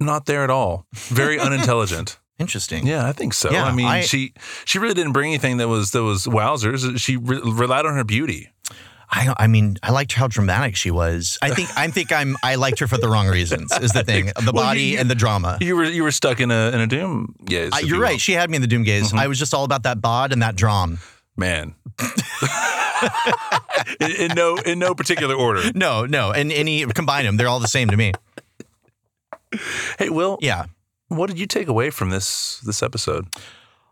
S2: not there at all. Very unintelligent.
S5: Interesting.
S2: Yeah, I think so.
S5: Yeah,
S2: I mean,
S5: I-
S2: she she really didn't bring anything that was that was wowzers. She re- relied on her beauty.
S5: I I mean, I liked how dramatic she was. I think I think I'm I liked her for the wrong reasons is the thing. The
S2: Well, you-
S5: body
S2: you-
S5: and the drama.
S2: You were you were stuck in a in a doom. Yeah,
S5: Uh, you're right. She had me in the doom gaze. I was just all about that bod and that drum.
S2: man. in, in no in no particular order.
S5: No, no, and any combine them, they're all the same to me.
S2: Hey, Will.
S5: Yeah.
S2: What did you take away from this this episode?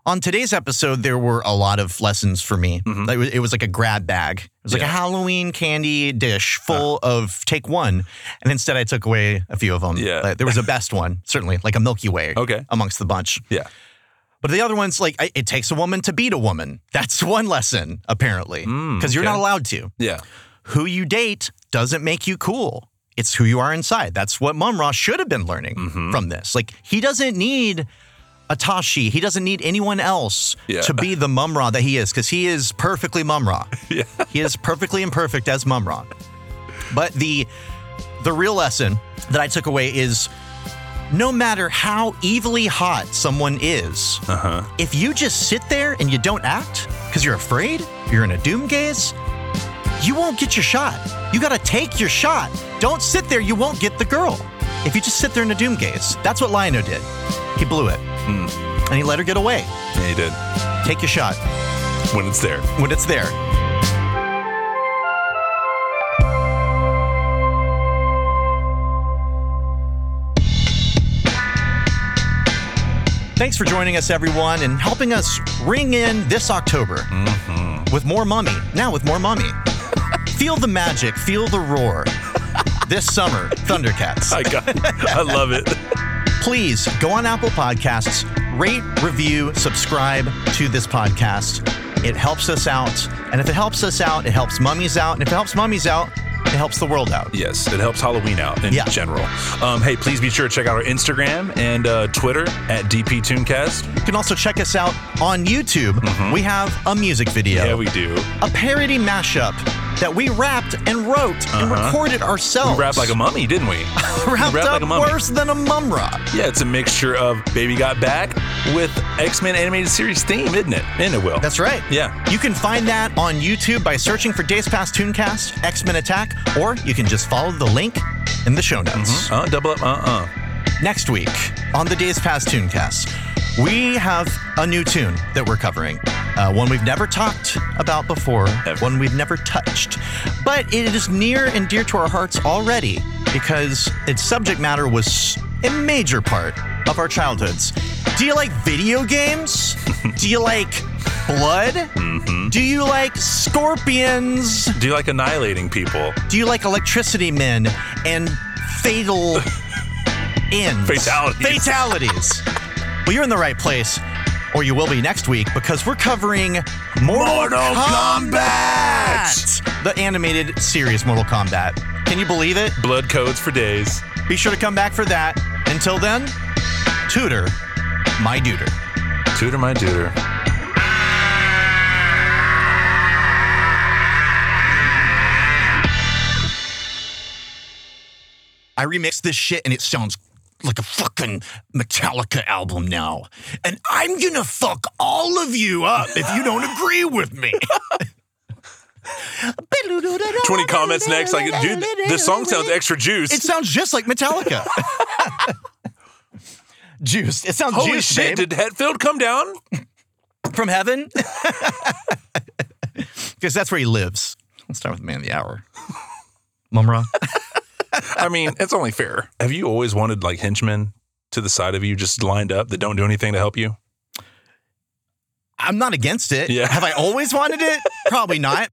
S5: On today's episode, there were a lot of lessons for me. Like, It, was, it was like a grab bag. It was like a
S2: Mm-hmm. Yeah.
S5: Halloween candy dish full of take one, and instead I took away a few of them.
S2: Yeah.
S5: Like, there was a best one, certainly, like a Milky Way.
S2: Okay.
S5: amongst the bunch.
S2: Yeah.
S5: But the other one's like, I- it takes a woman to beat a woman. That's one lesson, apparently, because you're
S2: Mm, okay.
S5: not allowed to.
S2: Yeah.
S5: Who you date doesn't make you cool. It's who you are inside. That's what Mumra should have been learning
S2: Mm-hmm.
S5: from this. Like, he doesn't need Atashi. He doesn't need anyone else
S2: Yeah.
S5: to be the Mumra that he is, because he is perfectly Mumra.
S2: Yeah.
S5: He is perfectly imperfect as Mumra. But the the real lesson that I took away is no matter how evilly hot someone is,
S2: Uh-huh.
S5: if you just sit there and you don't act because you're afraid, you're in a doom gaze, you won't get your shot. You got to take your shot. Don't sit there, you won't get the girl. If you just sit there in a doom gaze, that's what Lionel did. He blew it. Mm. And he let her get away.
S2: Yeah, you did.
S5: Take your shot
S2: When it's there.
S5: when it's there. Thanks for joining us, everyone, and helping us ring in this October with more mummy. Now with more mummy. feel the magic, feel the roar. This summer, Thundercats. I
S2: got I love it.
S5: Please go on Apple Podcasts, rate, review, subscribe to this podcast. It helps us out. And if it helps us out, it helps mummies out. And if it helps mummies out, it helps the world out.
S2: Yes, it helps Halloween out in general. Um, hey, please be sure to check out our Instagram and uh, Twitter at DP Tooncast.
S5: You can also check us out on YouTube. We have a music video.
S2: Mm-hmm. Yeah, we do.
S5: A parody mashup that we wrapped and wrote and
S2: Uh-huh.
S5: recorded ourselves.
S2: We wrapped like a mummy, didn't we? We
S5: Oh, Wrapped
S2: wrapped
S5: up
S2: like a mummy.
S5: worse than a mumra.
S2: Yeah, it's a mixture of Baby Got Back with X Men animated series theme, isn't it? And it will.
S5: That's right.
S2: Yeah.
S5: You can find that on YouTube by searching for Days Past Tooncast, X Men Attack, or you can just follow the link in the show notes.
S2: Uh, double up. Uh uh.
S5: Next week on the Days Past Tooncast, we have a new tune that we're covering. Uh, one we've never talked about before, one we've never touched. But it is near and dear to our hearts already because its subject matter was a major part of our childhoods. Do you like video games? Do you like blood? Do you like scorpions?
S2: Do you like annihilating people?
S5: Do you like electricity men and fatal ends?
S2: Fatalities.
S5: Fatalities. well, you're in the right place, or you will be next week because we're covering Mortal,
S4: Mortal
S5: Kombat! the animated series Mortal Kombat. Can you believe it?
S2: Blood codes for days.
S5: Be sure to come back for that. Until then, tutor my duder.
S2: Tutor my duder.
S12: I remixed this shit and it sounds like a fucking Metallica album now. And I'm gonna fuck all of you up if you don't agree with me.
S2: 20 comments next. Like, dude, this song sounds extra juice.
S5: It sounds just like Metallica. juice. It sounds
S2: Holy
S5: juice,
S2: shit,
S5: babe.
S2: did Hetfield come down?
S5: from heaven? Because that's where he lives. Let's start with man of the hour. Mumra.
S2: I mean, it's only fair. Have you always wanted like henchmen to the side of you just lined up that don't do anything to help you?
S5: I'm not against it.
S2: Yeah.
S5: Have I always wanted it? Probably not.